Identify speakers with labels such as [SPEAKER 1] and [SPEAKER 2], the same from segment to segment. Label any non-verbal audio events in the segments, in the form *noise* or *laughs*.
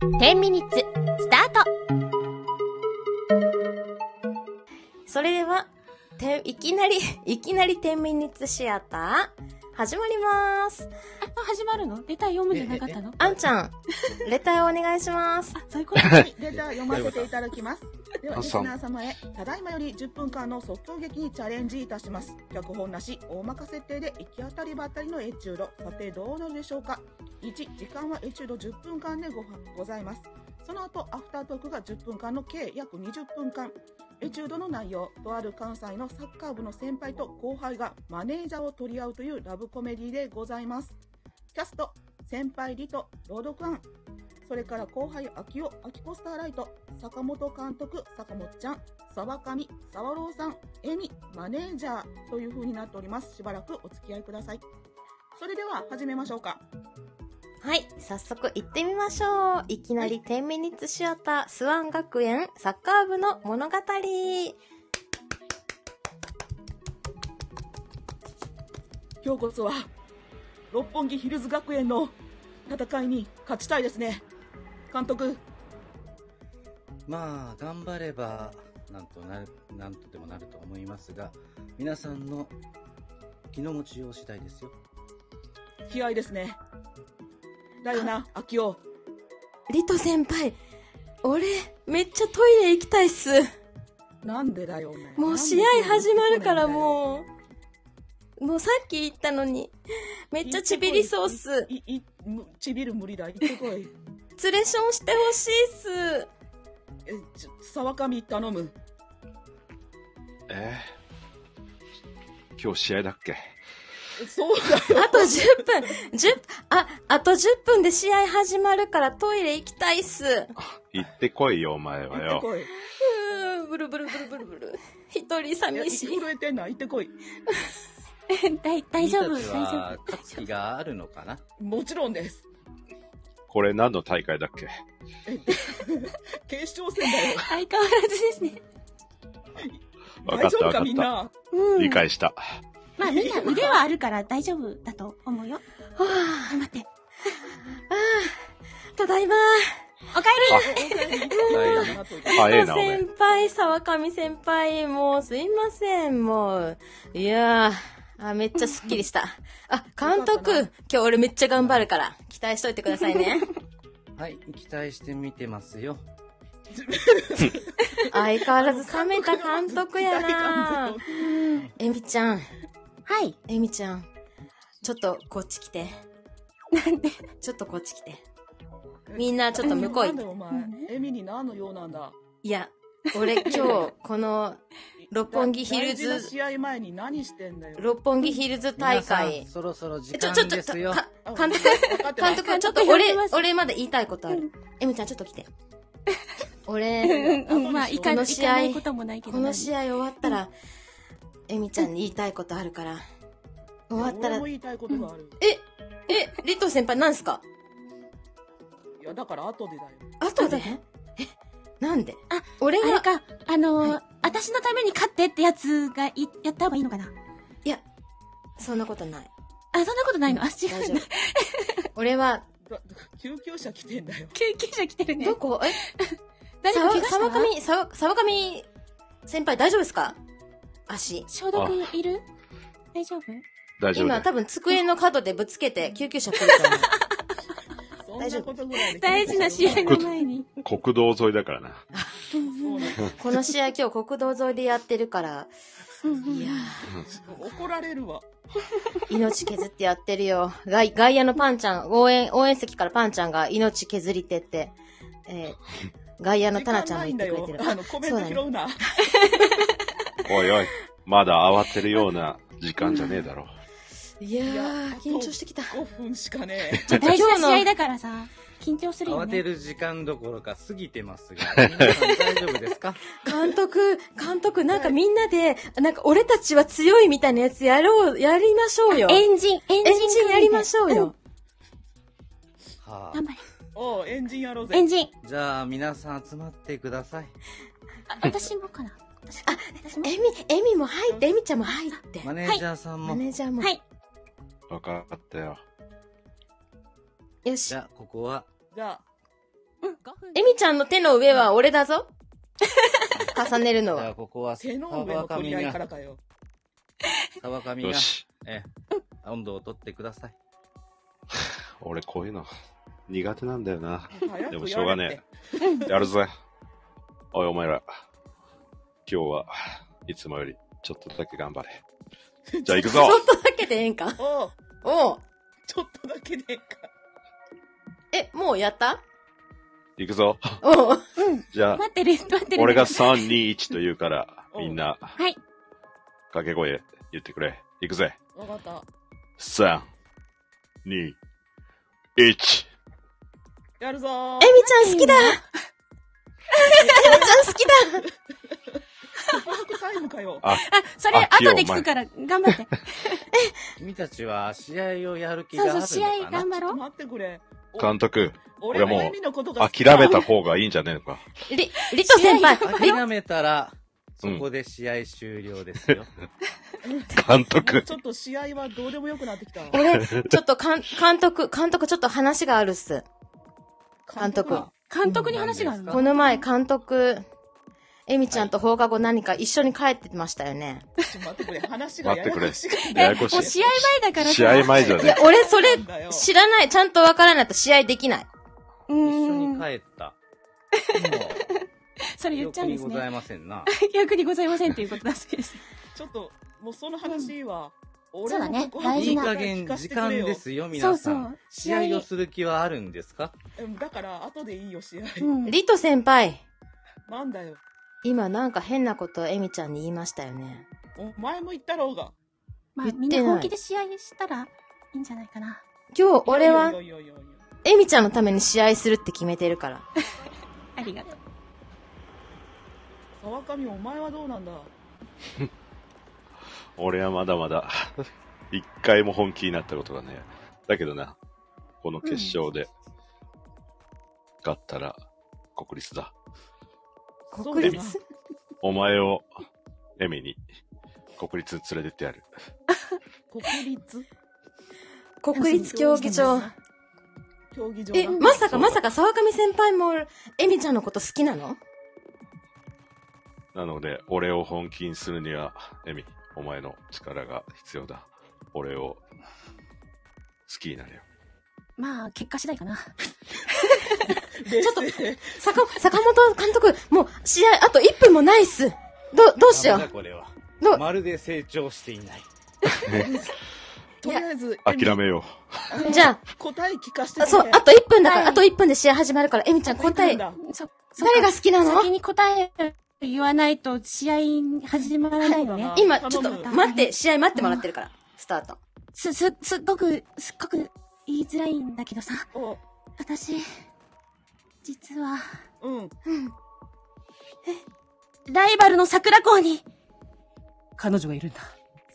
[SPEAKER 1] 10ミニッツスタートそれでは、ていきなり、 *laughs* いきなり10ミニッツシアター、始まります。
[SPEAKER 2] あ、始まるのレター読むんじゃなかったの
[SPEAKER 1] あんちゃ *laughs* ん、レターお願いします。
[SPEAKER 2] あ、そういうこと
[SPEAKER 3] はい
[SPEAKER 4] レター読ませていただきます。で
[SPEAKER 3] あ
[SPEAKER 4] は、リス
[SPEAKER 3] そう
[SPEAKER 4] ナー様へ、ただいまより10分間の即興劇にチャレンジいたします。脚本なし、大まか設定で行き当たりばったりのエチュード。さて、どうなるでしょうか ?1、時間はエチュード10分間でごはございます。その後、アフタートークが10分間の計約20分間。エチュードの内容、とある関西のサッカー部の先輩と後輩がマネージャーを取り合うというラブコメディでございます。キャスト、先輩リト、朗読案、それから後輩、秋夫、秋子スターライト、坂本監督、坂本ちゃん、沢上、沢郎さん、エミ、マネージャーという風になっております。しばらくお付き合いください。それでは始めましょうか。
[SPEAKER 1] はい、早速行ってみましょう。いきなり10ミニッツシアター、スワン学園サッカー部の物語。
[SPEAKER 4] 今日こそは、六本木ヒルズ学園の戦いに勝ちたいですね。監督、
[SPEAKER 3] まあ、頑張れば、なんとなる、なんとでもなると思いますが、皆さんの気の持ちよう次第ですよ。
[SPEAKER 4] 気合ですね。だよな、秋夫。
[SPEAKER 1] リト先輩、俺、めっちゃトイレ行きたいっす。
[SPEAKER 4] なんでだよ、お前
[SPEAKER 1] もう試合始まるからもう、もうさっき言ったのに、めっちゃちびりそうっす。
[SPEAKER 4] いいいむちびる無理だ。行ってこい。
[SPEAKER 1] ツレションしてほしいっす。
[SPEAKER 4] えちょ沢上頼む。
[SPEAKER 5] えー今日試合だっけ
[SPEAKER 4] そうだよ。
[SPEAKER 1] あと10分、10、あ、あと10分で試合始まるからトイレ行きたいっす。
[SPEAKER 5] 行ってこいよ、お前は
[SPEAKER 4] 行って
[SPEAKER 5] よ。
[SPEAKER 4] こい。
[SPEAKER 1] うーブルブルブルブルブル。一人
[SPEAKER 4] いや
[SPEAKER 1] 寂しい。
[SPEAKER 4] 震えてんな。行ってこい。
[SPEAKER 2] 大大丈夫、大
[SPEAKER 3] 君たちは
[SPEAKER 2] 丈夫。
[SPEAKER 3] 勝つ気があるのかな
[SPEAKER 4] もちろんです。
[SPEAKER 5] これ何の大会だっけ
[SPEAKER 4] 警視庁戦だよ。
[SPEAKER 2] 相変わらずですね。
[SPEAKER 5] わ
[SPEAKER 4] 大
[SPEAKER 5] かっ
[SPEAKER 4] 丈
[SPEAKER 5] た、
[SPEAKER 4] 夫
[SPEAKER 5] わか
[SPEAKER 4] か
[SPEAKER 5] っ
[SPEAKER 4] みん
[SPEAKER 5] た。
[SPEAKER 4] な。
[SPEAKER 2] うん。
[SPEAKER 5] 理解した。
[SPEAKER 2] まあ、みんな腕はあるから大丈夫だと思うよ。頑張って。
[SPEAKER 1] ただいま。
[SPEAKER 2] おか
[SPEAKER 3] は
[SPEAKER 5] 早
[SPEAKER 1] リ
[SPEAKER 5] え
[SPEAKER 1] ト
[SPEAKER 5] な、お前
[SPEAKER 1] 先。輩、沢上先輩、もうすいません、もう。いやー。あ、めっちゃスッキリ
[SPEAKER 3] *laughs*
[SPEAKER 1] した。あ、監督、
[SPEAKER 4] よか
[SPEAKER 1] 今日俺めっちゃ頑張るから、期待しといてください
[SPEAKER 3] *laughs*
[SPEAKER 1] ね。
[SPEAKER 3] はい、期待してみてますよ。
[SPEAKER 1] 相変わらず冷めた監督や
[SPEAKER 4] *laughs*
[SPEAKER 1] な
[SPEAKER 3] *laughs*
[SPEAKER 1] えみちゃん、
[SPEAKER 2] はい。
[SPEAKER 1] えみちゃん。ちょっとこっち来て。
[SPEAKER 2] なんで。
[SPEAKER 1] ちょっとこっち来て。みんなちょっと向こう行っ
[SPEAKER 4] なん
[SPEAKER 1] て
[SPEAKER 4] だよお前。エミに何の用なんだ。
[SPEAKER 1] いや、俺今日、この、六本木ヒルズ
[SPEAKER 4] 大事な試合前に何してんだよ。
[SPEAKER 1] 六本木ヒルズ大
[SPEAKER 3] 皆さん
[SPEAKER 1] 会。
[SPEAKER 3] そろそろ時
[SPEAKER 1] ちょ、ちょ、ち
[SPEAKER 3] 間
[SPEAKER 1] ょ、
[SPEAKER 3] で
[SPEAKER 1] ちょ
[SPEAKER 3] すよ。
[SPEAKER 1] か
[SPEAKER 4] あ
[SPEAKER 1] 監督、
[SPEAKER 4] 分かってま
[SPEAKER 1] 監
[SPEAKER 4] す
[SPEAKER 1] 督、ちょっと
[SPEAKER 2] 監督
[SPEAKER 1] 俺
[SPEAKER 2] *laughs* 呼んでま、す
[SPEAKER 1] 俺まだ言いたいことある。えみちゃん、ちょっと
[SPEAKER 2] *laughs*
[SPEAKER 1] 来て。俺、
[SPEAKER 2] うん、まあ、いか
[SPEAKER 1] この
[SPEAKER 2] 行
[SPEAKER 1] 試合
[SPEAKER 2] かないこともないけど。
[SPEAKER 1] この試
[SPEAKER 2] 合。
[SPEAKER 1] 合終わったら、えみちゃんに言いたいことあるから。終わったら
[SPEAKER 4] 俺も、言いたいことがある。
[SPEAKER 1] え、え、リト先輩なんすか
[SPEAKER 4] いや、だから後でだよ。
[SPEAKER 1] 後でえ、なんであ、俺
[SPEAKER 2] あれ
[SPEAKER 1] が、
[SPEAKER 2] か、あのー
[SPEAKER 1] は
[SPEAKER 2] 私のために勝ってってやつがい、やった方がいいのかな。
[SPEAKER 1] いや、そんなこと
[SPEAKER 2] *laughs*
[SPEAKER 1] ない。
[SPEAKER 2] あ、そんなことないの。あ、違
[SPEAKER 1] 大
[SPEAKER 2] う
[SPEAKER 1] 丈
[SPEAKER 2] な
[SPEAKER 1] 夫。俺は、
[SPEAKER 4] だ救急車来てんだよ。
[SPEAKER 2] 救急車来てるね
[SPEAKER 1] ど。こえ、
[SPEAKER 2] 大丈夫怪我した
[SPEAKER 1] 沢上、沢沢上先輩大丈夫ですか足。
[SPEAKER 2] 消毒いる大丈夫
[SPEAKER 5] 大丈夫
[SPEAKER 1] 今
[SPEAKER 5] だ
[SPEAKER 1] 多
[SPEAKER 5] よ。
[SPEAKER 1] 分机の角でぶつけて救急車来ると思う。
[SPEAKER 4] そんなことぐらいで。
[SPEAKER 2] 大事な試合
[SPEAKER 4] が。
[SPEAKER 2] の前に。
[SPEAKER 5] 国道沿いだからな。
[SPEAKER 4] そうなの
[SPEAKER 1] この試合今日国道沿いでやってるから、いや
[SPEAKER 4] 怒られるわ。
[SPEAKER 1] ー、命削ってやってるよ。外外野のパンちゃん、応援、応援席からパンちゃんが命削りてって、えー、外野のタナちゃんが言ってくれて
[SPEAKER 4] 時間ない
[SPEAKER 1] る。
[SPEAKER 4] んだよあの、コメント拾うな。
[SPEAKER 5] おいおい、まだ慌てるような時間じゃねえだろ。
[SPEAKER 1] いや
[SPEAKER 4] いや
[SPEAKER 1] ー、緊張してきた。
[SPEAKER 4] 5分しかねえ。
[SPEAKER 2] 大事
[SPEAKER 1] 今
[SPEAKER 2] な試
[SPEAKER 1] 日
[SPEAKER 2] 合
[SPEAKER 1] の
[SPEAKER 2] だからさ、緊張するよ
[SPEAKER 3] 慌
[SPEAKER 2] ね
[SPEAKER 3] て。る時間どころか過ぎてますが、皆さん大丈夫ですか
[SPEAKER 1] *laughs* 監督、監督、なんかみんなで、なんか俺たちは強いみたいなやつやろう、やりましょうよ。
[SPEAKER 2] エンジン、エンジン。
[SPEAKER 1] エンジンやりましょうよ。
[SPEAKER 3] は
[SPEAKER 2] 頑張れ。
[SPEAKER 4] *laughs* おう、エンジンやろうぜ
[SPEAKER 2] エ。ンジン。
[SPEAKER 3] あ、じゃあ皆さん集まってください。
[SPEAKER 2] あ私もかな。私か私も。
[SPEAKER 1] エミ、エミも入って、エミちゃんも入って。
[SPEAKER 3] マネージャーさんも、
[SPEAKER 1] マネージャーも。
[SPEAKER 2] はい。
[SPEAKER 5] わかったよ。
[SPEAKER 1] よし
[SPEAKER 3] じ。ゃあここは
[SPEAKER 4] じゃあ、
[SPEAKER 1] エミちゃんの手の上は俺だぞ。重ねるの
[SPEAKER 3] じゃ
[SPEAKER 1] は。
[SPEAKER 3] あ、ここは、
[SPEAKER 4] 手の上の
[SPEAKER 3] 川
[SPEAKER 4] 取
[SPEAKER 3] 上
[SPEAKER 4] り合い
[SPEAKER 3] が
[SPEAKER 4] から、かよ。
[SPEAKER 3] 川上が
[SPEAKER 5] よ、し。
[SPEAKER 3] ええ、温度を取ってください。
[SPEAKER 5] 俺こういうの苦手なんだよな。
[SPEAKER 4] 早く
[SPEAKER 5] でもしょうが
[SPEAKER 4] やれっ
[SPEAKER 5] ね
[SPEAKER 4] て
[SPEAKER 5] え。やるぜ。おいお前ら。今日はいつもよりちょっとだけ頑張れ。じゃあ行く
[SPEAKER 1] ちょ
[SPEAKER 5] ぞ
[SPEAKER 1] っとだけでええんか。
[SPEAKER 4] おう
[SPEAKER 1] おう。
[SPEAKER 4] ちょっとだけでいいか。
[SPEAKER 1] え、もうやった
[SPEAKER 5] 行くぞ
[SPEAKER 1] おう。
[SPEAKER 5] じゃあ、
[SPEAKER 2] 待ってる、待ってる。
[SPEAKER 5] 俺が3、2、1と言うから、
[SPEAKER 4] おう
[SPEAKER 5] みんな、
[SPEAKER 2] はい。
[SPEAKER 5] 掛け声言ってくれ。行くぜ。
[SPEAKER 4] わかった。
[SPEAKER 5] 3、2、1。
[SPEAKER 4] やるぞー。
[SPEAKER 1] エミちゃん好きだエミちゃん好きだ
[SPEAKER 4] バックタイムかよ。
[SPEAKER 2] あ、それ
[SPEAKER 5] あ
[SPEAKER 2] 後で聞くから、頑
[SPEAKER 5] *laughs*
[SPEAKER 2] 張って。
[SPEAKER 3] 君たちは試合をやる気があ
[SPEAKER 2] そう
[SPEAKER 3] る
[SPEAKER 2] そ
[SPEAKER 3] の
[SPEAKER 2] う、試
[SPEAKER 3] か
[SPEAKER 2] 合
[SPEAKER 3] な
[SPEAKER 2] 頑張ろう。
[SPEAKER 4] 待ってくれ。お
[SPEAKER 5] 監督、
[SPEAKER 4] 俺
[SPEAKER 5] 俺
[SPEAKER 4] も
[SPEAKER 5] もう
[SPEAKER 4] エミのことが好き
[SPEAKER 5] 諦めた方がいいんじゃねえのか。
[SPEAKER 1] り、りと先輩。
[SPEAKER 3] 諦めたら、そこで試合終了ですよ。
[SPEAKER 4] *laughs*
[SPEAKER 5] 監
[SPEAKER 4] もう
[SPEAKER 5] 督、
[SPEAKER 4] ちょっと試合はどうでもよくなってきた。
[SPEAKER 1] 俺、ちょっとかん、監督、監督ちょっと話があるっす。監督。
[SPEAKER 2] 監督に話があるの
[SPEAKER 1] この前監督、エミちゃんと放課後何か一緒に帰ってましたよね。
[SPEAKER 4] ちょっと待ってくれ。話がややこしい。
[SPEAKER 5] ややこし
[SPEAKER 2] もう
[SPEAKER 5] い。
[SPEAKER 2] 試合前だからさ
[SPEAKER 5] 試合前じゃ
[SPEAKER 1] い
[SPEAKER 5] ね
[SPEAKER 1] や、俺それ
[SPEAKER 4] なんだよ
[SPEAKER 1] 知らない、ちゃんとわからないと試合できない。
[SPEAKER 2] うー
[SPEAKER 3] 一緒に
[SPEAKER 2] ん。
[SPEAKER 3] 帰った。
[SPEAKER 2] それ
[SPEAKER 3] も
[SPEAKER 2] 言
[SPEAKER 3] う、
[SPEAKER 2] っちゃうんで
[SPEAKER 3] 記
[SPEAKER 2] す
[SPEAKER 3] 憶にござ
[SPEAKER 2] ね。
[SPEAKER 3] いませんな。
[SPEAKER 2] 逆にござい *laughs* ませんっていうことだそ
[SPEAKER 1] *laughs*
[SPEAKER 2] うです。
[SPEAKER 4] ちょっと、もうその話は、
[SPEAKER 2] そうだね
[SPEAKER 4] 俺の告白
[SPEAKER 2] 大
[SPEAKER 3] い
[SPEAKER 2] 事
[SPEAKER 3] い
[SPEAKER 2] な
[SPEAKER 3] 加減、時間で。すよ、
[SPEAKER 2] そ
[SPEAKER 3] 皆
[SPEAKER 2] うそ
[SPEAKER 3] さん。
[SPEAKER 2] う。
[SPEAKER 3] 試合をする気はあるんですか
[SPEAKER 4] うんだから、後でいいよ、 *laughs* 試合。
[SPEAKER 2] うん。
[SPEAKER 1] リト先輩、
[SPEAKER 4] なんだよ。
[SPEAKER 1] 今なんか変なことエミちゃんに言いましたよね。
[SPEAKER 4] お前も言ったろうが。
[SPEAKER 2] ま
[SPEAKER 1] 言
[SPEAKER 2] あ
[SPEAKER 1] ってない
[SPEAKER 2] みんな本気で試合したらいいんじゃないかな。
[SPEAKER 1] 今日俺はい
[SPEAKER 4] やいやいやいや
[SPEAKER 1] エミちゃんのために試合するって決めてるから。
[SPEAKER 2] ありがとう。
[SPEAKER 4] 川上、お前はどうなんだ
[SPEAKER 5] 俺はまだまだ、一回も本気になったことがね。だけどな、この決勝で、勝ったら、国立だ。
[SPEAKER 4] そう
[SPEAKER 1] 国
[SPEAKER 4] だ
[SPEAKER 5] な
[SPEAKER 1] 立
[SPEAKER 5] お前を、エミに、国立連れてってやる。
[SPEAKER 4] 国立
[SPEAKER 1] 国立競技場。
[SPEAKER 4] 競技場
[SPEAKER 1] え、
[SPEAKER 4] な
[SPEAKER 1] まさか
[SPEAKER 5] そう
[SPEAKER 1] まさか沢上先輩もエミちゃんのこと好きなの
[SPEAKER 5] なので、俺を本気にするには、エミ、お前の力が必要だ。俺を、好きになれよ。
[SPEAKER 2] まあ、結果次第
[SPEAKER 1] *laughs*
[SPEAKER 2] かな。
[SPEAKER 4] 冷
[SPEAKER 1] ちょっと
[SPEAKER 4] 静
[SPEAKER 1] 坂、坂本監督、もう試合あと1分もないっす。ど、どうしよ
[SPEAKER 3] ダメだ
[SPEAKER 1] う。
[SPEAKER 3] これは。
[SPEAKER 1] どう
[SPEAKER 3] まるで成長していない。
[SPEAKER 4] とりあえず、
[SPEAKER 5] 諦めよ
[SPEAKER 1] じゃ
[SPEAKER 4] 答え聞かせてく
[SPEAKER 1] あ、
[SPEAKER 4] れ。
[SPEAKER 1] そう、あと1分だから、
[SPEAKER 2] はい
[SPEAKER 1] あと1分で試合始まるから、エミちゃん答え、
[SPEAKER 4] なんだ
[SPEAKER 2] そ、そ
[SPEAKER 1] 誰が
[SPEAKER 2] う
[SPEAKER 1] 好きな
[SPEAKER 2] か
[SPEAKER 1] の
[SPEAKER 2] 先に答え言わないと試合始まらないのね
[SPEAKER 4] そうだ。な
[SPEAKER 1] 今、
[SPEAKER 4] 頼
[SPEAKER 1] ちょっ
[SPEAKER 4] む
[SPEAKER 1] と待って、試合待ってもらってるから、スタート。
[SPEAKER 2] す、す、すっごく、すっごく言いづらいんだけどさ。
[SPEAKER 4] お
[SPEAKER 2] 私、実は、
[SPEAKER 4] うん。
[SPEAKER 2] ライバルの桜校に、彼女がいるんだ。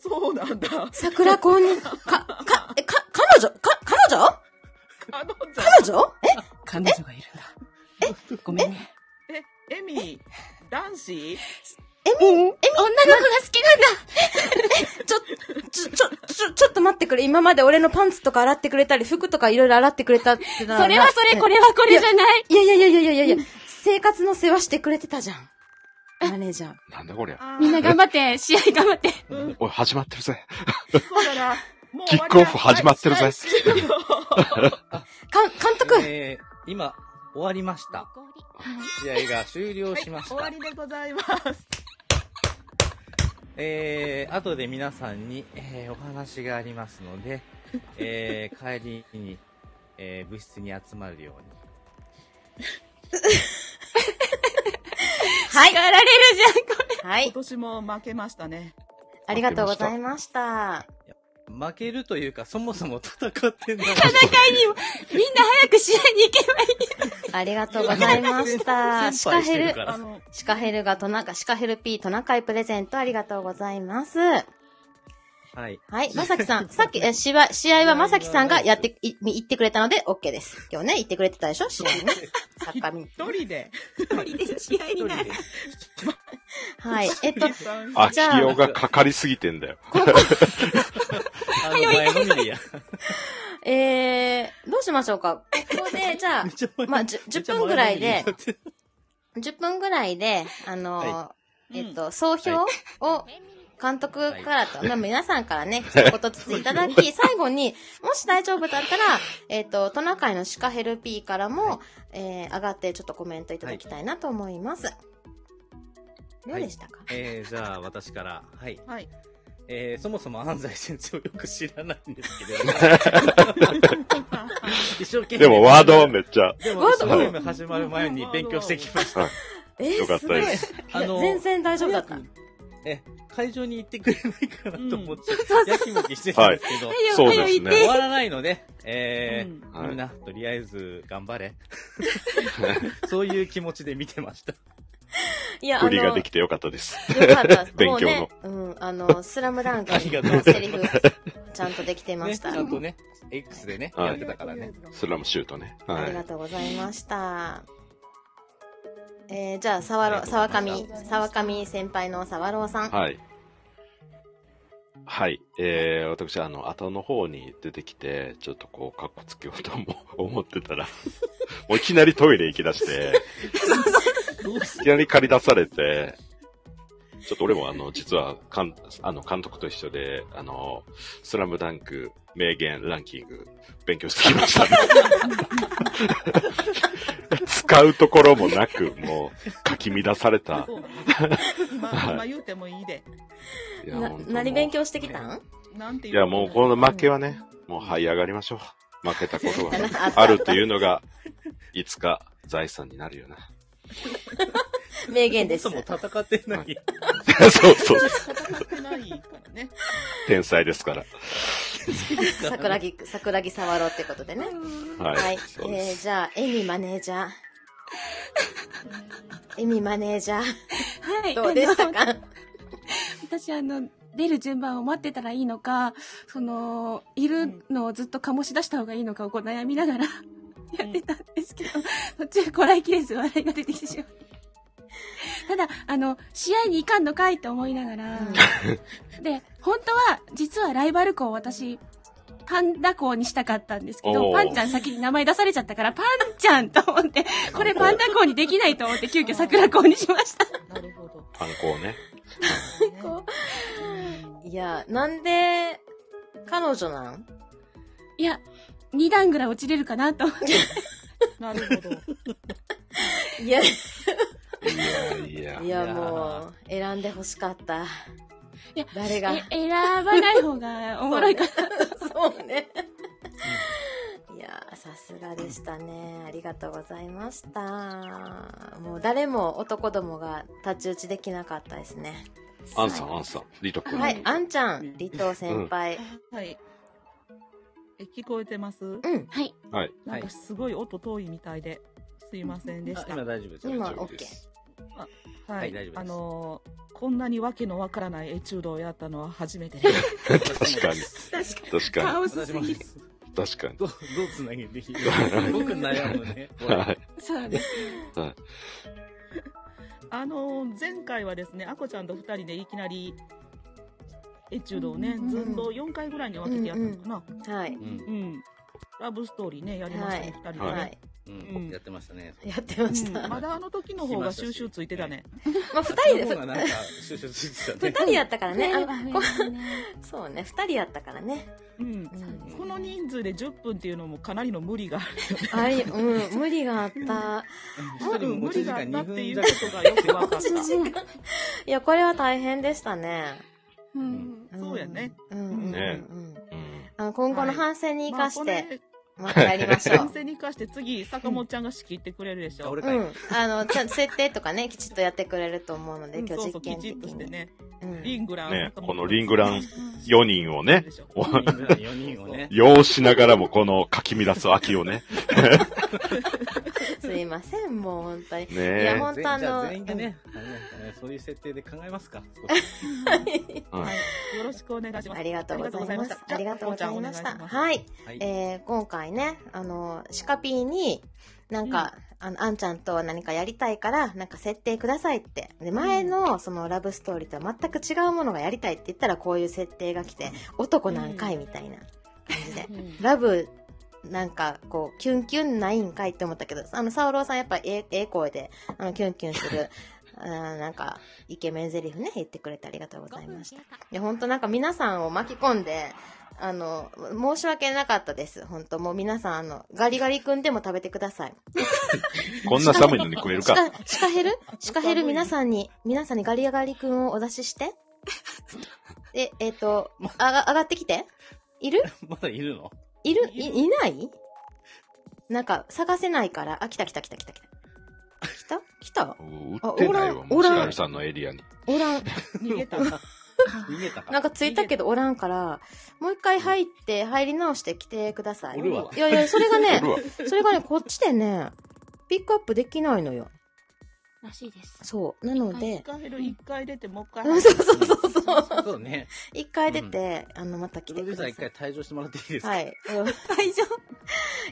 [SPEAKER 4] そうなんだ。
[SPEAKER 1] 桜子に、か、か、え、か、彼女か、彼女
[SPEAKER 4] あの、じゃ
[SPEAKER 1] 彼女え
[SPEAKER 2] 彼女がいるんだ。ごめんね。
[SPEAKER 4] え、エミ、男子
[SPEAKER 2] えみ、えみ、女の子が好きなんだ
[SPEAKER 1] ちょ、 *laughs* ちょ、ちょ、ちょ、ちょっと待ってくれ。今まで俺のパンツとか洗ってくれたり、服とかいろいろ洗ってくれたってな
[SPEAKER 2] それはそれ、こ
[SPEAKER 1] れ。
[SPEAKER 2] れはこれじゃない。
[SPEAKER 1] いやいやいやいやいやいや、生活の世話してくれてたじゃん。マネージャー。
[SPEAKER 5] う。なんだこりゃ。
[SPEAKER 4] あー
[SPEAKER 2] みんな頑張って、試合頑張って。
[SPEAKER 4] うん、
[SPEAKER 5] おい、始まってるぜ。
[SPEAKER 4] そうだな。もう
[SPEAKER 5] キックオフ始まってるぜ
[SPEAKER 4] はい試合終了
[SPEAKER 1] か、監督
[SPEAKER 3] えー、今、終わりました。試合が終了しまし
[SPEAKER 4] 終
[SPEAKER 3] た。
[SPEAKER 4] わりでございます。
[SPEAKER 3] えー、後で皆さんに、えー、お話があります
[SPEAKER 1] *laughs*
[SPEAKER 3] ので、えー、帰りに、えー、部室に集まるように。
[SPEAKER 1] はい
[SPEAKER 2] 叱。られるじゃん、これ。
[SPEAKER 1] は
[SPEAKER 4] 今
[SPEAKER 1] い。
[SPEAKER 4] 年も負けましたね。
[SPEAKER 1] ありがとうございました。
[SPEAKER 3] 負けるというか、そもそも戦ってない。
[SPEAKER 2] みんな早く試合に行けばいい。
[SPEAKER 1] ありがとうございま *laughs* した。シカ
[SPEAKER 3] 先輩して
[SPEAKER 1] ヘ
[SPEAKER 3] る
[SPEAKER 1] ル
[SPEAKER 3] か、
[SPEAKER 4] あ
[SPEAKER 1] *laughs*
[SPEAKER 3] ら。
[SPEAKER 4] の、
[SPEAKER 1] シカヘルがトナカ、シカヘル P トナカイプレゼントありがとうございます。
[SPEAKER 3] はい。
[SPEAKER 1] はい。まさきさ *laughs* ん、さっき、え、しわ試合はまさきさんがやって、い、言ってくれたので、OK です。今日ね、言ってくれてたでしょ試合ね。作家見。
[SPEAKER 4] 一人で。
[SPEAKER 2] 試合になる。
[SPEAKER 1] はい。えっと、
[SPEAKER 4] *laughs*
[SPEAKER 5] あ、
[SPEAKER 1] じゃあ
[SPEAKER 5] 企業がかかりすぎてんだよ。
[SPEAKER 3] あの前のみでや。
[SPEAKER 1] *laughs* えー、どうしましょうかここで、で、じゃあ
[SPEAKER 3] めっ、ちゃ前
[SPEAKER 1] *laughs* まあ、じゅ10分ぐ *laughs* らいで、10分ぐらいで、あの、
[SPEAKER 3] は
[SPEAKER 1] えっと、総評
[SPEAKER 5] は
[SPEAKER 1] を監督からと、まあ、皆さんからね、一言ずついただき、最後に、もし大丈夫だったら、えっと、トナカイのシカヘルピーからも、えー上がってちょっとコメントいただきたいなと思います。どうでしたか、
[SPEAKER 3] えー、じゃあ私から、はい。
[SPEAKER 4] *laughs* はい。
[SPEAKER 3] えー、そもそも安西先生をよく知らないんですけど、
[SPEAKER 5] *laughs*
[SPEAKER 3] 一生懸命。
[SPEAKER 5] でもワードはめっちゃ、
[SPEAKER 3] でも
[SPEAKER 1] ワ
[SPEAKER 3] 一
[SPEAKER 1] ー
[SPEAKER 3] 生
[SPEAKER 1] ド
[SPEAKER 3] 懸命始まる前に勉強してきました。
[SPEAKER 1] えー
[SPEAKER 5] よかったですす
[SPEAKER 1] ごい
[SPEAKER 3] あ
[SPEAKER 1] *laughs*
[SPEAKER 3] の、
[SPEAKER 1] 全然大丈夫だった。
[SPEAKER 3] 早くえ、会場に行ってくれないかなと思って、やきもきして
[SPEAKER 5] そ
[SPEAKER 3] たん
[SPEAKER 5] う
[SPEAKER 3] ですけど、
[SPEAKER 5] そうですね
[SPEAKER 3] 終わらないので、えー
[SPEAKER 5] はい
[SPEAKER 3] みんな、とりあえず頑張れ。そういう気持ちで見てました。
[SPEAKER 1] いや、あの、
[SPEAKER 5] 売りがで
[SPEAKER 1] よ
[SPEAKER 5] きてよかったです。
[SPEAKER 1] かった。も
[SPEAKER 5] 勉
[SPEAKER 1] う
[SPEAKER 5] 強の
[SPEAKER 1] ね、うん、あの、スラムダンク
[SPEAKER 5] *laughs*
[SPEAKER 3] ありがとう
[SPEAKER 1] のセリフ、ちゃんとできてま
[SPEAKER 3] ね、
[SPEAKER 1] し
[SPEAKER 3] ち
[SPEAKER 1] た。
[SPEAKER 3] ゃんとね、X でね、
[SPEAKER 5] はい
[SPEAKER 3] やってたからね。
[SPEAKER 5] スラムシュートね。
[SPEAKER 1] あ
[SPEAKER 5] は
[SPEAKER 1] りが
[SPEAKER 5] い。
[SPEAKER 1] とうございました。えー、じゃあ、さわ
[SPEAKER 3] あ
[SPEAKER 1] ろ、
[SPEAKER 3] り
[SPEAKER 1] さわか
[SPEAKER 3] がとうござい
[SPEAKER 1] み、さわかみ先輩のさわろうさん。
[SPEAKER 5] はい。はい。えー、私、あの、後の方に出てきて、ちょっとこう、かっこつけようとも思ってたら、もういきなりトイレ行き出して、いきなり借り出されて、ちょっと俺もあの、実は、かん、あの、監督と一緒で、あの、スラムダンク名言ランキング勉強してきました、ね。使うところもなく、もう、かき乱された。
[SPEAKER 4] そう今、今言うてもいいで。
[SPEAKER 5] いや
[SPEAKER 1] な
[SPEAKER 5] 本当、もう
[SPEAKER 1] 何勉強してきたん
[SPEAKER 4] なんて
[SPEAKER 5] い
[SPEAKER 4] 言
[SPEAKER 5] や、もうこの負け
[SPEAKER 4] は。
[SPEAKER 5] はね、もう這い上がりましょう。負けたこ
[SPEAKER 1] *laughs*
[SPEAKER 5] とが
[SPEAKER 1] あった
[SPEAKER 5] あるというのが、いつか財産になるよな。 *laughs*
[SPEAKER 1] 名言です
[SPEAKER 3] *laughs* そ。もそも戦ってない。
[SPEAKER 5] そうそう。
[SPEAKER 4] 戦ってないからね。
[SPEAKER 5] 天才ですから。
[SPEAKER 1] 桜木、桜木さわろうってことでね。
[SPEAKER 5] はい。
[SPEAKER 1] はい。
[SPEAKER 5] そう
[SPEAKER 1] え
[SPEAKER 5] で
[SPEAKER 1] ー、
[SPEAKER 5] す。
[SPEAKER 1] じゃあ、エミマネージャー。エミマネージャー、
[SPEAKER 2] はい。
[SPEAKER 1] どうでしたか
[SPEAKER 2] 私あの出る順番を待ってたらいいのかそのいるのをずっと醸し出した方がいいのかをこう悩みながら *laughs* やってたんですけど、途中こらえきれず笑いが出てきてしまう。ただあの試合に行かんのかいと思いながら、で本当は実はライバル校を私パンダ校にしたかったんですけど
[SPEAKER 5] おー
[SPEAKER 2] パンちゃん先に名前出されちゃったからパンちゃんと思
[SPEAKER 5] *laughs*
[SPEAKER 2] ってこれパンダ校にできないと思って急遽桜校にしました。
[SPEAKER 4] なるほど。
[SPEAKER 5] 観光ね。
[SPEAKER 2] こう
[SPEAKER 1] いや、なんで、彼女なん
[SPEAKER 2] いや、二段ぐらい落ちれるかなと思って。
[SPEAKER 4] なるほど。
[SPEAKER 1] いや、い
[SPEAKER 5] いやいや。
[SPEAKER 1] や、もう、選んで欲しかった。
[SPEAKER 2] いや
[SPEAKER 1] 誰が
[SPEAKER 2] え。選ばない方がおもろいかな。
[SPEAKER 1] *laughs* そうね。いやー、さすがでしたね。ありがとうございました。もう誰も男どもが太刀打ちできなかったですね。
[SPEAKER 5] アンさん、アンさん。リト君。
[SPEAKER 1] はい、あんちゃん、離島先輩。
[SPEAKER 4] はい。え、聞こえてます
[SPEAKER 1] うん、
[SPEAKER 2] はい。
[SPEAKER 4] なんかすごい音遠いみたいで。すいませんでし
[SPEAKER 3] あ
[SPEAKER 4] た。
[SPEAKER 3] 今大丈夫です。
[SPEAKER 1] 今
[SPEAKER 5] 大丈夫です
[SPEAKER 1] オ
[SPEAKER 4] は
[SPEAKER 3] はい
[SPEAKER 4] い
[SPEAKER 3] 大丈夫です
[SPEAKER 4] あのーこんなにわけのわからないエチュードをやったのは初めてで
[SPEAKER 5] 確
[SPEAKER 4] す
[SPEAKER 5] かに。確
[SPEAKER 2] カ
[SPEAKER 5] か
[SPEAKER 2] オス
[SPEAKER 3] 私
[SPEAKER 2] す
[SPEAKER 3] も
[SPEAKER 2] ぎる。
[SPEAKER 5] に。確かに。
[SPEAKER 3] どう、どう繋げていいすごく悩むね。これ
[SPEAKER 5] はい。
[SPEAKER 2] そうです。
[SPEAKER 4] あのー前回はですねあこちゃんと2人でいきなりエチュードをね、
[SPEAKER 2] うんうん
[SPEAKER 4] ずっと4回ぐらいに分けてやったのかな
[SPEAKER 1] はい。
[SPEAKER 3] うん
[SPEAKER 4] う。ん、ラブストーリーねやりましたね、2人でね、
[SPEAKER 5] は
[SPEAKER 3] う
[SPEAKER 4] うん
[SPEAKER 3] ん。やってましたね。
[SPEAKER 1] やってまし
[SPEAKER 4] うん
[SPEAKER 1] た。ま
[SPEAKER 4] まだあの時の方が収集ついてたね
[SPEAKER 1] あ、二人で、
[SPEAKER 3] の方がなんか、収集ついて
[SPEAKER 1] 二
[SPEAKER 3] たね。
[SPEAKER 1] 人やったからね。あ
[SPEAKER 2] ね
[SPEAKER 1] のこそうね、二人やったからね。
[SPEAKER 4] うん
[SPEAKER 1] うん
[SPEAKER 4] この人数で10分っていうのもかなりの無理があるよね
[SPEAKER 1] あり、うん、無理があった。
[SPEAKER 3] 一人も持ち時間
[SPEAKER 4] 無理が
[SPEAKER 3] 2
[SPEAKER 4] あったって
[SPEAKER 3] 分
[SPEAKER 4] い
[SPEAKER 3] だ
[SPEAKER 4] う
[SPEAKER 3] け
[SPEAKER 4] ことがよくわかっ
[SPEAKER 1] 持ち時間。 *laughs* いや、これは大変でしたね。
[SPEAKER 2] うん。
[SPEAKER 1] ん
[SPEAKER 4] そうやね。
[SPEAKER 1] うん、うん、うん
[SPEAKER 5] ね
[SPEAKER 1] うん。
[SPEAKER 5] うん。
[SPEAKER 1] あの今後の
[SPEAKER 4] はい
[SPEAKER 1] 反省に生かし
[SPEAKER 4] まあこ
[SPEAKER 1] て、
[SPEAKER 4] れ
[SPEAKER 1] またやりましょ
[SPEAKER 4] 男
[SPEAKER 1] う。
[SPEAKER 4] 性に生かして次坂本ちゃんが仕切ってくれるでしょ、
[SPEAKER 3] 俺
[SPEAKER 1] う
[SPEAKER 3] かい。
[SPEAKER 1] ん。あの、ちゃんと設定とかね、きちっとやってくれると思うので、
[SPEAKER 4] うん
[SPEAKER 1] 今
[SPEAKER 4] そ
[SPEAKER 1] 日
[SPEAKER 4] うそ
[SPEAKER 1] 実
[SPEAKER 4] う
[SPEAKER 1] 験
[SPEAKER 4] きち
[SPEAKER 1] 的
[SPEAKER 4] っとして
[SPEAKER 1] に。
[SPEAKER 4] ね
[SPEAKER 1] うん
[SPEAKER 4] リングラン、
[SPEAKER 5] ね
[SPEAKER 4] 坂本
[SPEAKER 5] このリングラン4人をね、お
[SPEAKER 3] 4人をね。
[SPEAKER 5] 要しながらもこのかき乱す秋をね。
[SPEAKER 1] すいません、もう本当に。
[SPEAKER 5] ね
[SPEAKER 1] いや
[SPEAKER 5] え
[SPEAKER 1] ほ。んとあの
[SPEAKER 3] じゃ全員でね、あのねそういう設定で考えます
[SPEAKER 1] *laughs*
[SPEAKER 3] か。
[SPEAKER 5] うん
[SPEAKER 4] よろしくお願いします。
[SPEAKER 1] ありがとうございます。ありがとうございました。
[SPEAKER 4] い。
[SPEAKER 1] はい。
[SPEAKER 3] はい。
[SPEAKER 1] えー、今回ね、あの、シカピーに、なんか、あの、あんちゃんと何かやりたいから、なんか設定くださいって。で、前の、その、ラブストーリーとは全く違うものがやりたいって言ったら、こういう設定が来て、男何回みたいな感じで。ラブなんか、こう、キュンキュンないんかいって思ったけど、あの、サオローさんやっぱ、ええ、ええ声で、あの、キュンキュンする、うん、なんか、イケメンゼリフね、言ってくれてありがとうございました。いや、ほんとなんか皆さんを巻き込んで、あの、申し訳なかったです。ほんと、もう皆さん、あの、ガリガリ君でも食べてください。
[SPEAKER 5] こんな寒いのに食える
[SPEAKER 1] シ
[SPEAKER 5] か。
[SPEAKER 1] カ、シカヘルシカヘル皆さんに、皆さんにガリガリ君をお出し
[SPEAKER 5] *laughs*
[SPEAKER 1] して。で、えっ、と、あが、上がってきて。いる
[SPEAKER 3] *laughs* まだいるの
[SPEAKER 1] いるい、いないなんか、探せないから、あ、来た来た来た来た来た。来
[SPEAKER 3] *laughs*
[SPEAKER 1] た来た
[SPEAKER 5] うん売ってないわ、
[SPEAKER 1] あ
[SPEAKER 5] も
[SPEAKER 1] お
[SPEAKER 5] う、
[SPEAKER 1] ら
[SPEAKER 5] シ
[SPEAKER 1] んおらん
[SPEAKER 5] ガルさんのエリアに。
[SPEAKER 1] おらん。
[SPEAKER 4] 逃げたな。
[SPEAKER 3] *laughs* 逃げたか。
[SPEAKER 1] なんかついたけどおらんから、もう一回入って、入り直して来てください。
[SPEAKER 3] おるわ
[SPEAKER 1] いやいや、それが
[SPEAKER 3] *laughs*
[SPEAKER 5] 売
[SPEAKER 1] ね
[SPEAKER 5] る、わ。
[SPEAKER 1] それがね、こっちでね、ピックアップできないのよ。
[SPEAKER 2] らしいです。
[SPEAKER 1] そう。なので
[SPEAKER 4] 一、回減る、一回出て、もう一回
[SPEAKER 1] そう
[SPEAKER 4] 入る。
[SPEAKER 1] そうそうそう。
[SPEAKER 3] そうね。
[SPEAKER 1] 一回出て、あの、また来
[SPEAKER 3] プ
[SPEAKER 1] て
[SPEAKER 3] ロデュ
[SPEAKER 1] く
[SPEAKER 3] ーサー
[SPEAKER 1] だ
[SPEAKER 3] 一
[SPEAKER 1] さい
[SPEAKER 3] 回。退場してもらっていいですか
[SPEAKER 1] はい。
[SPEAKER 3] *laughs*
[SPEAKER 2] 大丈夫。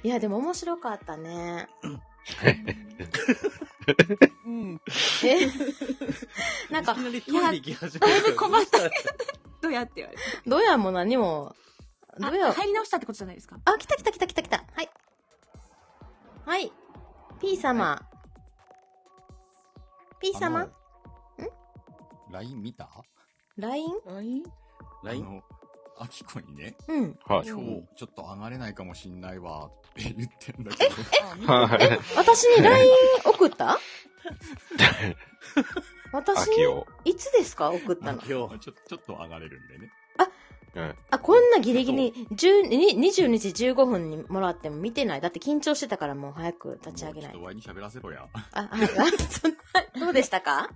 [SPEAKER 1] いや、でも面白かったね。
[SPEAKER 4] うん。
[SPEAKER 1] え *laughs* なん
[SPEAKER 3] い
[SPEAKER 1] か
[SPEAKER 3] き、なりトイレ行き始め。
[SPEAKER 2] いやだいぶ困ったどうやって言われて。
[SPEAKER 1] どやも何も、ど
[SPEAKER 2] あ、
[SPEAKER 1] や、
[SPEAKER 2] 入り直したってことじゃないですか。
[SPEAKER 1] あ、来た来た来た来た来た。はい。はい。P 様。P 様。
[SPEAKER 6] LINE 見た
[SPEAKER 1] ?LINE?
[SPEAKER 4] ライン
[SPEAKER 6] あ
[SPEAKER 3] LINE?
[SPEAKER 6] の、アキコにね、
[SPEAKER 1] うん。
[SPEAKER 5] はい。
[SPEAKER 6] 今日ちょっと上がれないかもしんないわって言ってんだけど、
[SPEAKER 5] はい。
[SPEAKER 1] 私に
[SPEAKER 6] *laughs*
[SPEAKER 1] LINE 送った私
[SPEAKER 5] 秋
[SPEAKER 1] に、
[SPEAKER 5] を。
[SPEAKER 1] いつですか送った
[SPEAKER 3] 今
[SPEAKER 1] の
[SPEAKER 3] 日。
[SPEAKER 6] まあちょちょっと上がれるんでね。
[SPEAKER 5] うん。
[SPEAKER 1] あ、こんなギリギリ、10に22時15分にもらっても見てない。だって緊張してたからもう早く立ち上げ
[SPEAKER 6] もうち
[SPEAKER 1] な
[SPEAKER 6] ょっ
[SPEAKER 1] い
[SPEAKER 6] と。ワイに喋らせろや。
[SPEAKER 1] あ、はい。 *laughs* あそんなどうでしたか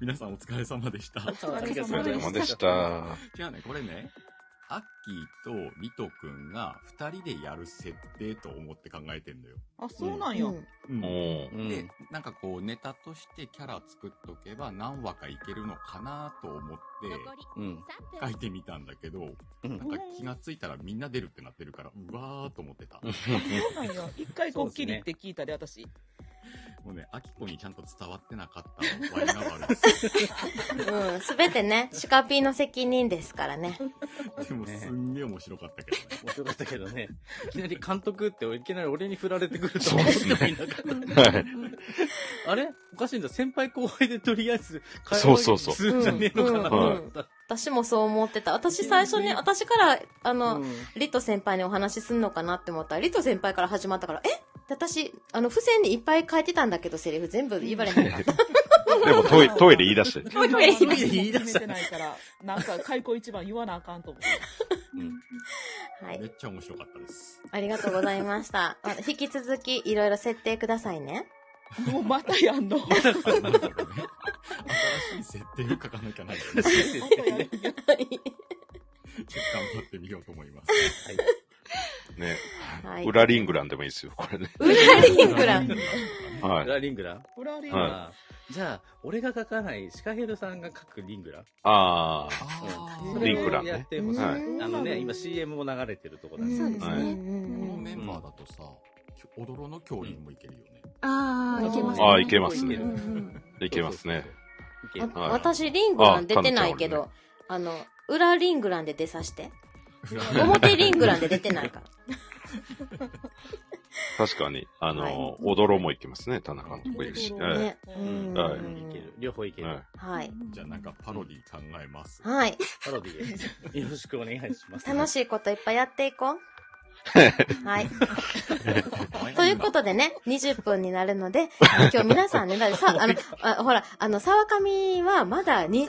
[SPEAKER 6] 皆さんお疲れ様でした。
[SPEAKER 1] そう
[SPEAKER 4] お疲れ
[SPEAKER 5] お疲
[SPEAKER 4] 様
[SPEAKER 5] れ
[SPEAKER 4] で
[SPEAKER 5] 様
[SPEAKER 4] し
[SPEAKER 5] でした。
[SPEAKER 6] じゃあね、これね、アッキーとリトくんが二人でやる設定と思って考えてんだよ。
[SPEAKER 4] あ、そうなん
[SPEAKER 1] う
[SPEAKER 4] や。
[SPEAKER 1] ん。
[SPEAKER 6] うん
[SPEAKER 5] うん。
[SPEAKER 3] うん
[SPEAKER 6] で、なんかこうネタとしてキャラ作っとけば何話かいけるのかなと思って
[SPEAKER 3] うん。
[SPEAKER 6] 書いてみたんだけど、
[SPEAKER 3] うん
[SPEAKER 6] なんか気がついたらみんな出るってなってるから、うわーと思ってた。
[SPEAKER 4] そうなんや。一回こっきりって聞いたで、私。
[SPEAKER 6] もうね、アキコにちゃんと伝わってなかったワイが悪いです。
[SPEAKER 1] うん。すべてね、シカピーの責任ですからね。
[SPEAKER 6] でもすんげえ面白かったけどね。
[SPEAKER 3] 面白かったけどね。いきなり監督って、いきなり俺に振られてくると思ってもいなかった。あれおかしいんだ。先輩後輩でとりあえず会話
[SPEAKER 5] そうそうそう
[SPEAKER 3] するんじゃねえのかなと思った。
[SPEAKER 1] 私もそう思ってた。私最初に、私から、あの、
[SPEAKER 3] うん
[SPEAKER 1] リト先輩にお話しすんのかなって思ったら、リト先輩から始まったから、え私、あの、付箋にいっぱい書いてたんだけど、セリフ全部言われなかった。
[SPEAKER 5] でもトイトイレ言い出して。
[SPEAKER 1] トイレ
[SPEAKER 4] 今は
[SPEAKER 3] 言い出した
[SPEAKER 4] 決めてないから、なんか、開口一番言わなあかんと思う。
[SPEAKER 1] は
[SPEAKER 6] め
[SPEAKER 1] い。
[SPEAKER 6] っちゃ面白かったです。
[SPEAKER 1] ありがとうございました。 *laughs* あ引き続き、いろいろ設定くださいね。
[SPEAKER 4] もうまたやんの。
[SPEAKER 6] あなんだろうね。新しい設定を書かなきゃない
[SPEAKER 1] *laughs*
[SPEAKER 6] ので、ちょっと頑張ってみようと思います。
[SPEAKER 5] ね。
[SPEAKER 1] はい。
[SPEAKER 5] 裏リングランでもいいですよ、これね。
[SPEAKER 1] 裏リングラン。
[SPEAKER 5] は
[SPEAKER 3] 裏リングラ
[SPEAKER 4] フラリン
[SPEAKER 5] は
[SPEAKER 4] グ。
[SPEAKER 5] い
[SPEAKER 3] あーじゃあ、俺が書かない、シカヘルさんが書くリングラ
[SPEAKER 5] あ
[SPEAKER 6] あ
[SPEAKER 3] うん
[SPEAKER 6] ー
[SPEAKER 5] リングラ
[SPEAKER 3] やってほしい。
[SPEAKER 1] はい
[SPEAKER 3] あのね、今 CM も流れてるとこだ
[SPEAKER 1] そう
[SPEAKER 3] ね
[SPEAKER 1] です
[SPEAKER 5] は
[SPEAKER 1] ね。
[SPEAKER 5] い
[SPEAKER 6] この
[SPEAKER 1] うん
[SPEAKER 6] メンバーだとさ、踊ろの恐竜もいけるよね。
[SPEAKER 2] あー、いけます、
[SPEAKER 5] あーいけます
[SPEAKER 3] ね
[SPEAKER 2] うんうん
[SPEAKER 5] あ、いけますね。。
[SPEAKER 3] いけ
[SPEAKER 1] わ
[SPEAKER 3] る。
[SPEAKER 5] はい
[SPEAKER 1] 私、リングラン出てないけ
[SPEAKER 5] あ
[SPEAKER 1] ど、あの、裏リングランで出さして。
[SPEAKER 6] 裏
[SPEAKER 1] 表リングランで出てないから。
[SPEAKER 5] 確かに、あの、
[SPEAKER 1] は
[SPEAKER 5] 踊ろうもいけますね、田中のとこいるし。
[SPEAKER 4] う
[SPEAKER 5] *laughs*
[SPEAKER 4] ん
[SPEAKER 5] はい
[SPEAKER 1] ね。
[SPEAKER 4] う
[SPEAKER 1] うん
[SPEAKER 4] ん
[SPEAKER 5] はい
[SPEAKER 3] いける。両方いけ
[SPEAKER 5] はい
[SPEAKER 3] る。
[SPEAKER 1] はい。
[SPEAKER 6] *laughs* じゃあなんかパロディ考えます。
[SPEAKER 1] はい。
[SPEAKER 3] パロディでよろしくお願いします。
[SPEAKER 1] 楽しいこといっぱいやっていこう。
[SPEAKER 5] *laughs*
[SPEAKER 1] はい。ということでね、20分になるの
[SPEAKER 5] *laughs*
[SPEAKER 1] で、今日皆さんね、だってさ、あの、あほら、あの、沢上はまだに、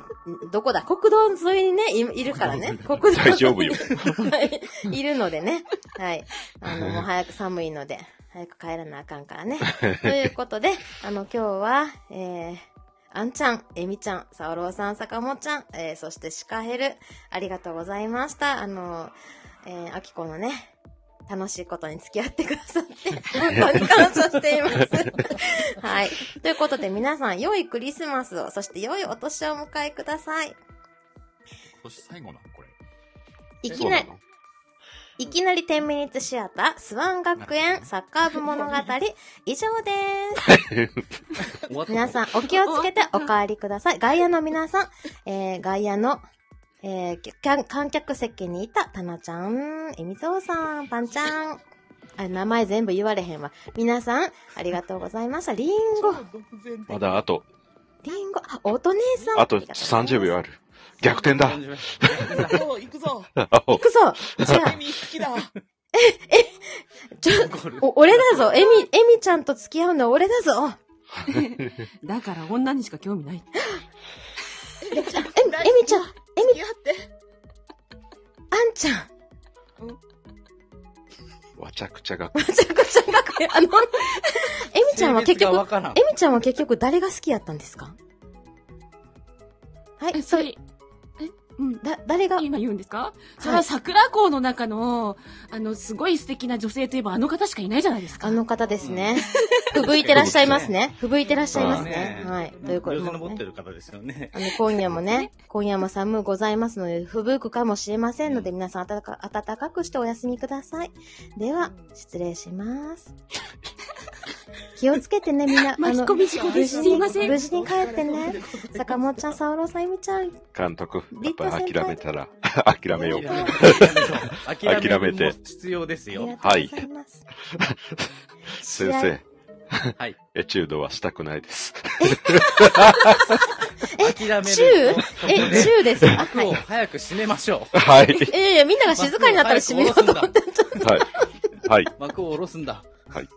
[SPEAKER 1] どこだ、国道沿いにね、いいるからね。国道沿いに
[SPEAKER 5] 大丈夫よ。
[SPEAKER 1] *laughs* はいいるのでね。はい。あの、もう早く寒いので、早く帰らなあかんからね。ということで、あの、今日は、えー、あんちゃん、えみちゃん、さおろうさん、さかもちゃん、えー、そしてシカヘル、ありがとうございました。あの、えー、あきこのね、楽しいことに付き合ってくださって、本当に感謝しています。 *laughs* はい。ということで皆さん、良いクリスマスを、そして良いお年をお迎えください。
[SPEAKER 6] そして最後なのこれ。
[SPEAKER 1] いき
[SPEAKER 5] そう
[SPEAKER 1] な
[SPEAKER 5] な
[SPEAKER 1] り、
[SPEAKER 5] の
[SPEAKER 1] いきなり10ミニッツシアター、スワン学園サッカー部物語、以上です。
[SPEAKER 3] 終わった
[SPEAKER 1] 皆さん、お気をつけてお帰りください。外野の皆さん、えー、外野の、えー、きゃ観客席にいた、たなちゃん、えみぞうさん、パンちゃん、あ名前全部言われへんわ。皆さん、ありがとうございました。リンゴ、
[SPEAKER 5] まだあと、
[SPEAKER 1] リンゴ、あ、おと姉さん。
[SPEAKER 5] あと30秒ある。逆転だ。
[SPEAKER 4] 行くぞ
[SPEAKER 1] 行くぞじゃ
[SPEAKER 4] エ
[SPEAKER 1] あ、
[SPEAKER 4] ミ好きだ
[SPEAKER 1] ちょ、お、俺だぞエミ、エミちゃんと付き合うの俺だぞ
[SPEAKER 2] だから女にしか興味ない。
[SPEAKER 4] エミちゃんエ
[SPEAKER 1] エミ、エミちゃん、あん
[SPEAKER 4] ミ付き合って
[SPEAKER 1] ちゃん。
[SPEAKER 5] わちゃくちゃが。
[SPEAKER 1] めちゃくちゃ学園、あの、エミちゃんは結局、エ
[SPEAKER 3] わからん。
[SPEAKER 1] ミちゃんは結局誰が好きやったんですかはい、それ、、
[SPEAKER 2] え、うん。
[SPEAKER 1] だ、誰が、
[SPEAKER 2] 今言うんですか、それは桜校の中の、あの、すごい素敵な女性といえばあの方しかいないじゃないですか。
[SPEAKER 1] あの方ですね。 *laughs* ふぶいてらっしゃいますね。ふぶいてらっしゃいますね。
[SPEAKER 3] そうね
[SPEAKER 1] はい。ということ
[SPEAKER 3] 餃
[SPEAKER 1] で
[SPEAKER 3] 子の持
[SPEAKER 1] す
[SPEAKER 3] って
[SPEAKER 1] ね。
[SPEAKER 3] る方ですよね。
[SPEAKER 1] あの、今夜もね、今夜も寒うございますので、ふぶくかもしれませんので、皆さん暖か暖かくしてお休みください。では、失礼します。気をつけてね、みんな。あ
[SPEAKER 2] *laughs* 巻き
[SPEAKER 1] の
[SPEAKER 2] 込、み事故です。すいません。
[SPEAKER 1] 無事に帰ってね。坂本ちゃん、サオロさん、ゆみちゃん、
[SPEAKER 5] 監督、や
[SPEAKER 1] *laughs* リ
[SPEAKER 5] っ
[SPEAKER 1] ッド先
[SPEAKER 5] ぱ
[SPEAKER 1] 輩
[SPEAKER 5] り諦めた
[SPEAKER 1] *laughs*
[SPEAKER 5] ら、諦めよう。
[SPEAKER 3] 諦め
[SPEAKER 5] 諦めて
[SPEAKER 3] も必要です
[SPEAKER 1] あり
[SPEAKER 3] よ。
[SPEAKER 1] がとうございます。
[SPEAKER 5] 先
[SPEAKER 1] 試合
[SPEAKER 5] 生、
[SPEAKER 3] はい。
[SPEAKER 5] エチュードはしたくないです。 *laughs*
[SPEAKER 3] 諦める。
[SPEAKER 1] チューえ、チューですか *laughs* は
[SPEAKER 3] を
[SPEAKER 1] い。
[SPEAKER 3] 早く閉めましょ
[SPEAKER 5] はい。
[SPEAKER 1] ええみんなが静かになったら閉めようと思った。
[SPEAKER 5] はい。はい。
[SPEAKER 3] う。幕を下ろすんだ。
[SPEAKER 5] はい。